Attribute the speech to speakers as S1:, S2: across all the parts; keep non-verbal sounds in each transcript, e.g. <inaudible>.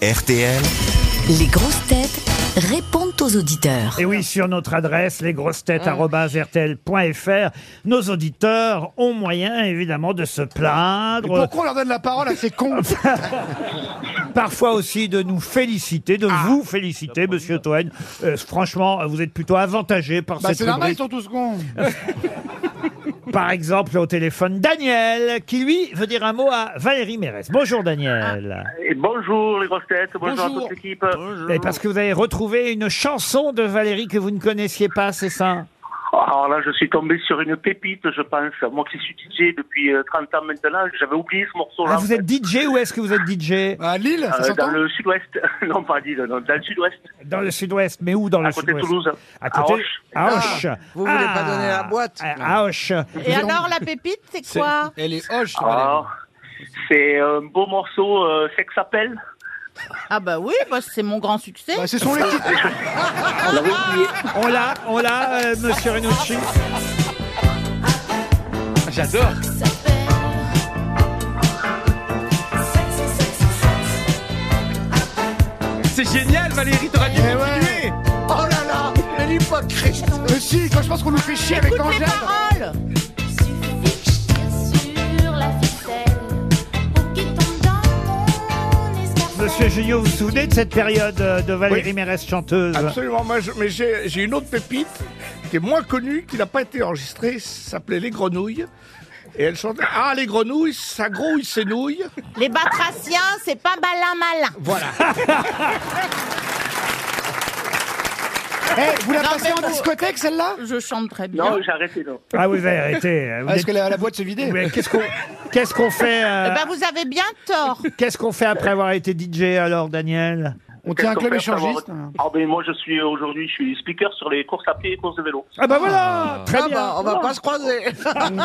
S1: RTL.
S2: Les grosses têtes répondent aux auditeurs.
S3: Et oui, sur notre adresse, lesgrossetêtes.fr, nos auditeurs ont moyen, évidemment, de se plaindre.
S4: Pourquoi on leur donne la parole à
S5: <laughs>
S4: ces cons
S3: Parfois aussi de nous féliciter, de vous féliciter, monsieur Toen. Euh, franchement, vous êtes plutôt avantagé par
S4: Bah,
S3: cette
S4: C'est normal, ils
S3: rubrique.
S4: sont tous cons.
S6: Euh,
S3: Par exemple, au téléphone, Daniel, qui lui veut dire un mot à Valérie Mérès. Bonjour, Daniel.
S6: Et bonjour les grosses têtes, bonjour, à toute l'équipe.
S3: Et parce que vous avez retrouvé une chanson de Valérie que vous ne connaissiez pas, c'est ça
S6: Alors là, je suis tombé sur une pépite, je pense. Moi qui suis DJ depuis euh, 30 ans maintenant, j'avais oublié ce morceau-là.
S3: Ah, Vous êtes DJ ou est-ce que vous êtes DJ
S4: Bah, À Lille,
S6: Euh,
S4: ça
S6: dans
S4: s'entend
S6: le sud-ouest, <laughs> non pas Lille, non, dans le sud-ouest,
S3: Dans le sud-ouest, mais où dans
S6: à
S3: le
S6: côté de
S3: Ah, sud-ouest
S6: Toulouse.
S3: À côté Ah, euh,
S6: Auch.
S3: à Auch.
S7: vous voulez pas donner la boîte
S3: À à Auch.
S8: Et alors, la pépite, c'est quoi
S4: Elle est hoche,
S3: Ah,
S6: Alors, c'est un beau morceau, euh, Sex Appel.
S8: Ah bah oui, bah, c'est mon grand succès.
S4: Bah, ce sont
S6: <laughs>
S4: les titres.
S6: On l'avait oublié.
S3: On l'a, on l'a, euh, monsieur Renucci.
S4: J'adore.
S7: C'est génial, Valérie, t'aurais dû
S4: Eh ouais.
S7: Oh là là, elle est pas Christ.
S4: Mais si, quand je pense qu'on nous fait chier avec
S8: Écoute les
S4: Angèle.
S8: paroles
S9: Suffit que je tire sur la ficelle pour qu'il tombe dans mon escarcelle.
S3: Monsieur Junio, vous vous souvenez de cette période euh, de Valérie Mérès chanteuse
S5: Absolument, moi, je- mais j'ai j'ai une autre pépite qui est moins connue, qui n'a pas été enregistrée, ça s'appelait Les Grenouilles. Et elle chantait Ah, les grenouilles, ça grouille ses nouilles.
S8: Les batraciens, c'est pas malin malin.
S4: Eh, vous la
S8: Non,
S4: passez
S8: mais
S4: en
S8: vous-
S4: discothèque, celle-là
S8: Je chante très bien.
S6: Non, j'ai arrêté, non.
S3: Ah, vous avez arrêté. euh, vous
S4: Ah, Est-ce
S3: êtes-
S4: que la, la boîte se vidait
S3: Mais Qu'est-ce qu'on qu'est-ce qu'on fait euh,
S8: Eh ben, vous avez bien tort.
S3: Qu'est-ce qu'on fait après avoir été DJ alors, Daniel
S4: On tient un club
S6: Qu'est-ce qu'on fait
S4: échangiste.
S3: hein.
S6: savoir- Ah ben moi je suis aujourd'hui, je suis speaker sur les courses à pied et courses de vélo.
S3: Ah bah voilà, très
S7: Ah
S3: bien.
S7: bah, on va pas se croiser.
S6: Non,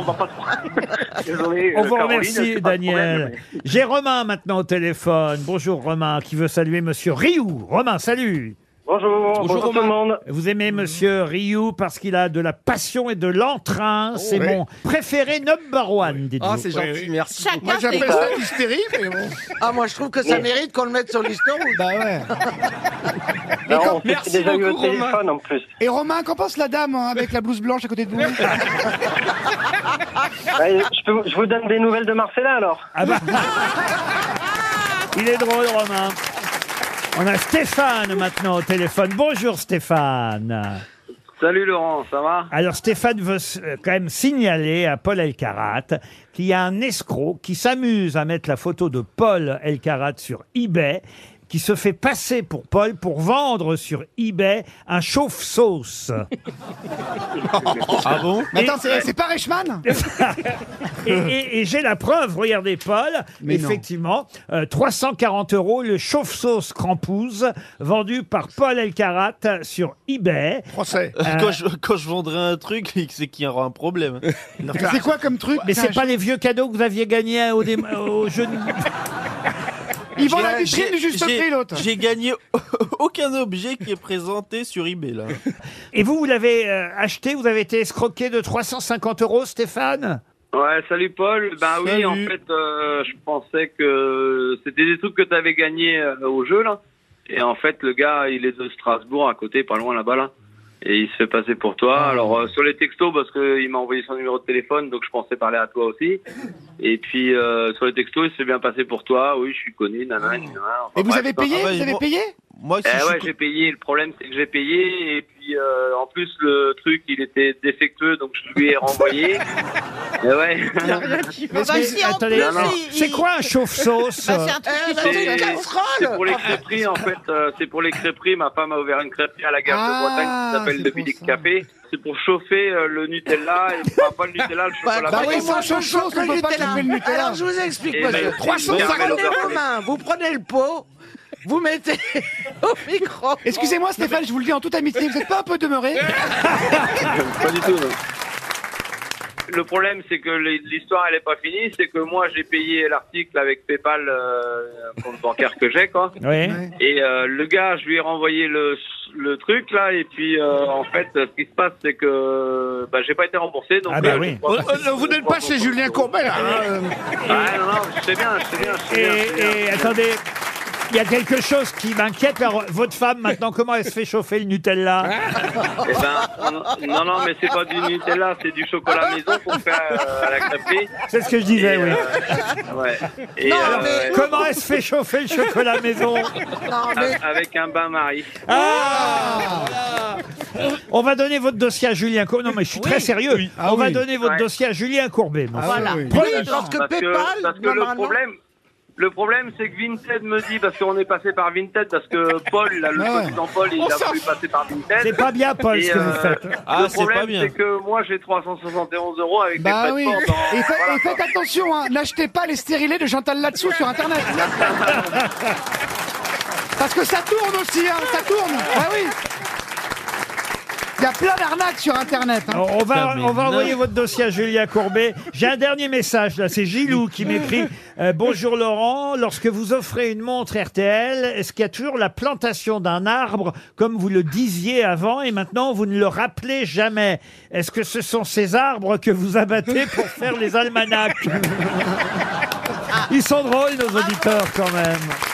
S6: on va pas
S3: <laughs>
S6: se Désolé.
S3: Ah. On
S6: euh,
S3: vous
S6: Caroline,
S3: remercie,
S6: c'est pas de
S3: Daniel.
S6: problème,
S3: J'ai Romain maintenant au téléphone. Bonjour Romain, qui veut saluer Monsieur Rioux. Romain, salut.
S6: Bonjour, bonjour, tout le monde.
S3: Vous aimez Monsieur Rioux parce qu'il a de la passion et de l'entrain. C'est
S5: oui.
S3: mon préféré number one, dites-vous.
S7: Ah, c'est gentil,
S5: oui.
S7: merci.
S8: Chacun
S5: Moi,
S8: ses
S5: j'appelle ça l'hystérie, mais bon.
S7: Ah, moi, je trouve que ça mérite qu'on le mette sur l'historie.
S4: Bah ouais.
S6: <laughs> Non, on s'est
S7: Merci
S6: déjà eu au
S7: beaucoup, Romain.
S6: téléphone en plus.
S4: Et Romain, qu'en pense la dame hein, avec la blouse blanche à côté de
S6: <laughs>
S4: vous
S6: Ouais, je, peux- je vous donne des nouvelles de Marcella alors.
S3: Ah bah. Il est drôle, Romain. On a Stéphane maintenant au téléphone. Bonjour Stéphane.
S6: Salut Laurent, ça va
S3: Alors Stéphane veut s- euh, quand même signaler à Paul Elkarat qu'il y a un escroc qui s'amuse à mettre la photo de Paul Elkarat sur eBay qui se fait passer pour Paul pour vendre sur eBay un chauffe-sauce.
S4: Mais attends, c'est c'est pas Reichmann
S3: et et- et j'ai la preuve, regardez Paul,
S4: Mais non.
S3: effectivement, euh, 340 euros le chauffe-sauce crampouze vendu par Paul Elkarat sur eBay.
S5: Français.
S4: Euh,
S3: Quand
S10: je, vendrai un truc, <laughs> c'est qu'il y aura un problème.
S4: <laughs> C'est quoi comme truc
S3: Mais c'est
S8: Ah,
S4: putain,
S3: pas les vieux cadeaux que vous aviez gagnés hein, au,
S8: <laughs>
S3: dé- au jeu de...
S4: Ils vendent la vitrine du juste prix, l'autre.
S10: J'ai gagné aucun objet qui est présenté sur eBay, là.
S3: Et vous, vous l'avez euh, acheté, vous avez été escroqué de 350 euros, Stéphane
S6: Ouais, salut Paul. Ben oui,
S10: Salut.
S6: en fait, euh, je pensais que c'était des trucs que tu avais gagnés euh, au jeu, là. Et en fait, le gars, il est de Strasbourg, à côté, pas loin là-bas, là. Et il se fait passer pour toi.
S4: Ah.
S6: Alors, euh, sur les textos, parce qu'il m'a envoyé son numéro de téléphone, donc je pensais parler à toi aussi. Et puis, euh, sur les textos, il s'est bien passé pour toi. Oui, je suis connu, nanana, nanana. Enfin,
S4: Et Ah. vous
S6: bref,
S4: avez
S6: non.
S4: payé
S10: Ah ouais,
S4: Vous avez
S10: bon.
S4: payé
S10: Moi, si
S6: Eh
S10: je
S6: ouais,
S10: suis-
S6: j'ai payé. Le problème, c'est que j'ai payé. Et puis, euh, en plus, le truc, il était défectueux, donc je lui
S4: <laughs>
S6: ai renvoyé. Eh ouais.
S8: Bah,
S3: Mais-
S8: si, en
S3: attendez,
S8: plus,
S6: non, non.
S8: il-
S3: C'est
S8: il-
S3: quoi un chauffe-sauce
S8: Bah, c'est un truc
S7: Eh,
S8: qui
S7: bah,
S8: fait-
S7: c'est une
S6: C'est- C'est
S7: casserole.
S6: pour les crêperies, en fait. euh, c'est pour les crêperies. Ma femme a ouvert une crêperie à la gare
S4: Ah,
S6: de Bretagne qui s'appelle
S4: c'est
S6: le
S4: pour
S6: Bilic
S4: ça.
S6: Café. C'est pour chauffer euh, le Nutella et enfin, pas le Nutella, le chocolat.
S4: Bah
S7: Bah
S4: oui,
S7: oui,
S4: moi, chaud,
S7: ça,
S4: chaud, on
S7: le
S4: peut pas
S7: Nutella.
S4: couper le Nutella.
S7: Alors, je vous explique,
S6: Et
S7: monsieur.
S6: ben,
S7: 350
S6: 350
S7: euros. Romain, vous prenez le pot, vous mettez au micro.
S4: Excusez-moi, Stéphane, je vous le dis en toute amitié, vous êtes pas un peu demeuré
S5: Euh,
S6: Pas du tout. Le problème, c'est que les- l'histoire, elle est pas finie. C'est que moi, j'ai payé l'article avec PayPal, euh, un compte bancaire que j'ai, quoi.
S3: Oui.
S6: Et euh, le gars, je lui ai renvoyé le, le truc là, et puis euh, en fait, ce qui se passe, c'est que bah, j'ai pas été remboursé. Donc,
S3: Ah bah
S6: euh,
S3: oui.
S6: je-
S5: Euh, euh, vous n'êtes pas chez
S4: Euh,
S5: Julien Courbet, là. hein.
S6: Ouais, non, non, je sais bien, je sais bien, je sais
S3: Et,
S6: bien, je sais bien.
S3: et attendez, Il y a quelque chose qui m'inquiète. Alors, votre femme, maintenant, comment elle se fait chauffer le Nutella
S7: Eh ben, non, non, non, mais c'est pas du Nutella, c'est du chocolat maison qu'on fait euh, à la crêperie.
S3: C'est ce que je disais, oui.
S7: euh, ouais. Et, euh,
S3: Comment elle se fait chauffer le chocolat maison
S7: a- avec un bain-marie.
S3: Ah On va donner votre dossier à Julien Courbet. Non, mais je suis très sérieux. On va donner votre
S7: Ouais.
S3: dossier à Julien Courbet. mon frère.
S11: Voilà.
S12: oui.
S11: Oui, parce que
S7: Parce
S11: PayPal,
S7: que, parce que le
S11: normalement-
S7: problème, le problème, c'est que Vinted me dit, parce qu'on est passé par Vinted, parce que Paul, là, le président Paul, il a voulu passer par
S3: C'est
S7: Vinted.
S3: pas bien, Paul,
S7: Et,
S3: ce que vous
S7: euh,
S3: faites.
S6: Ah,
S7: le
S6: c'est pas
S7: problème,
S6: bien.
S7: c'est que moi, j'ai 371 euros avec
S4: Bah
S7: des
S4: oui.
S7: frais de port dans-
S4: Et, fa-
S7: voilà,
S4: et faites attention, hein, n'achetez pas les stérilés de Chantal là-dessous sur Internet.
S7: <laughs>
S4: Parce que ça tourne aussi, hein, ça tourne. Ah oui. Il y a plein d'arnaques sur Internet. hein.
S3: On on va,
S6: Putain, mais
S3: on va
S6: non.
S3: envoyer votre dossier à Julien Courbet. J'ai un dernier message là, c'est Gilou qui m'écrit euh, Bonjour Laurent, lorsque vous offrez une montre RTL, est-ce qu'il y a toujours la plantation d'un arbre comme vous le disiez avant et maintenant vous ne le rappelez jamais Est-ce que ce sont ces arbres que vous abattez pour faire les almanachs Ils sont drôles nos auditeurs quand même.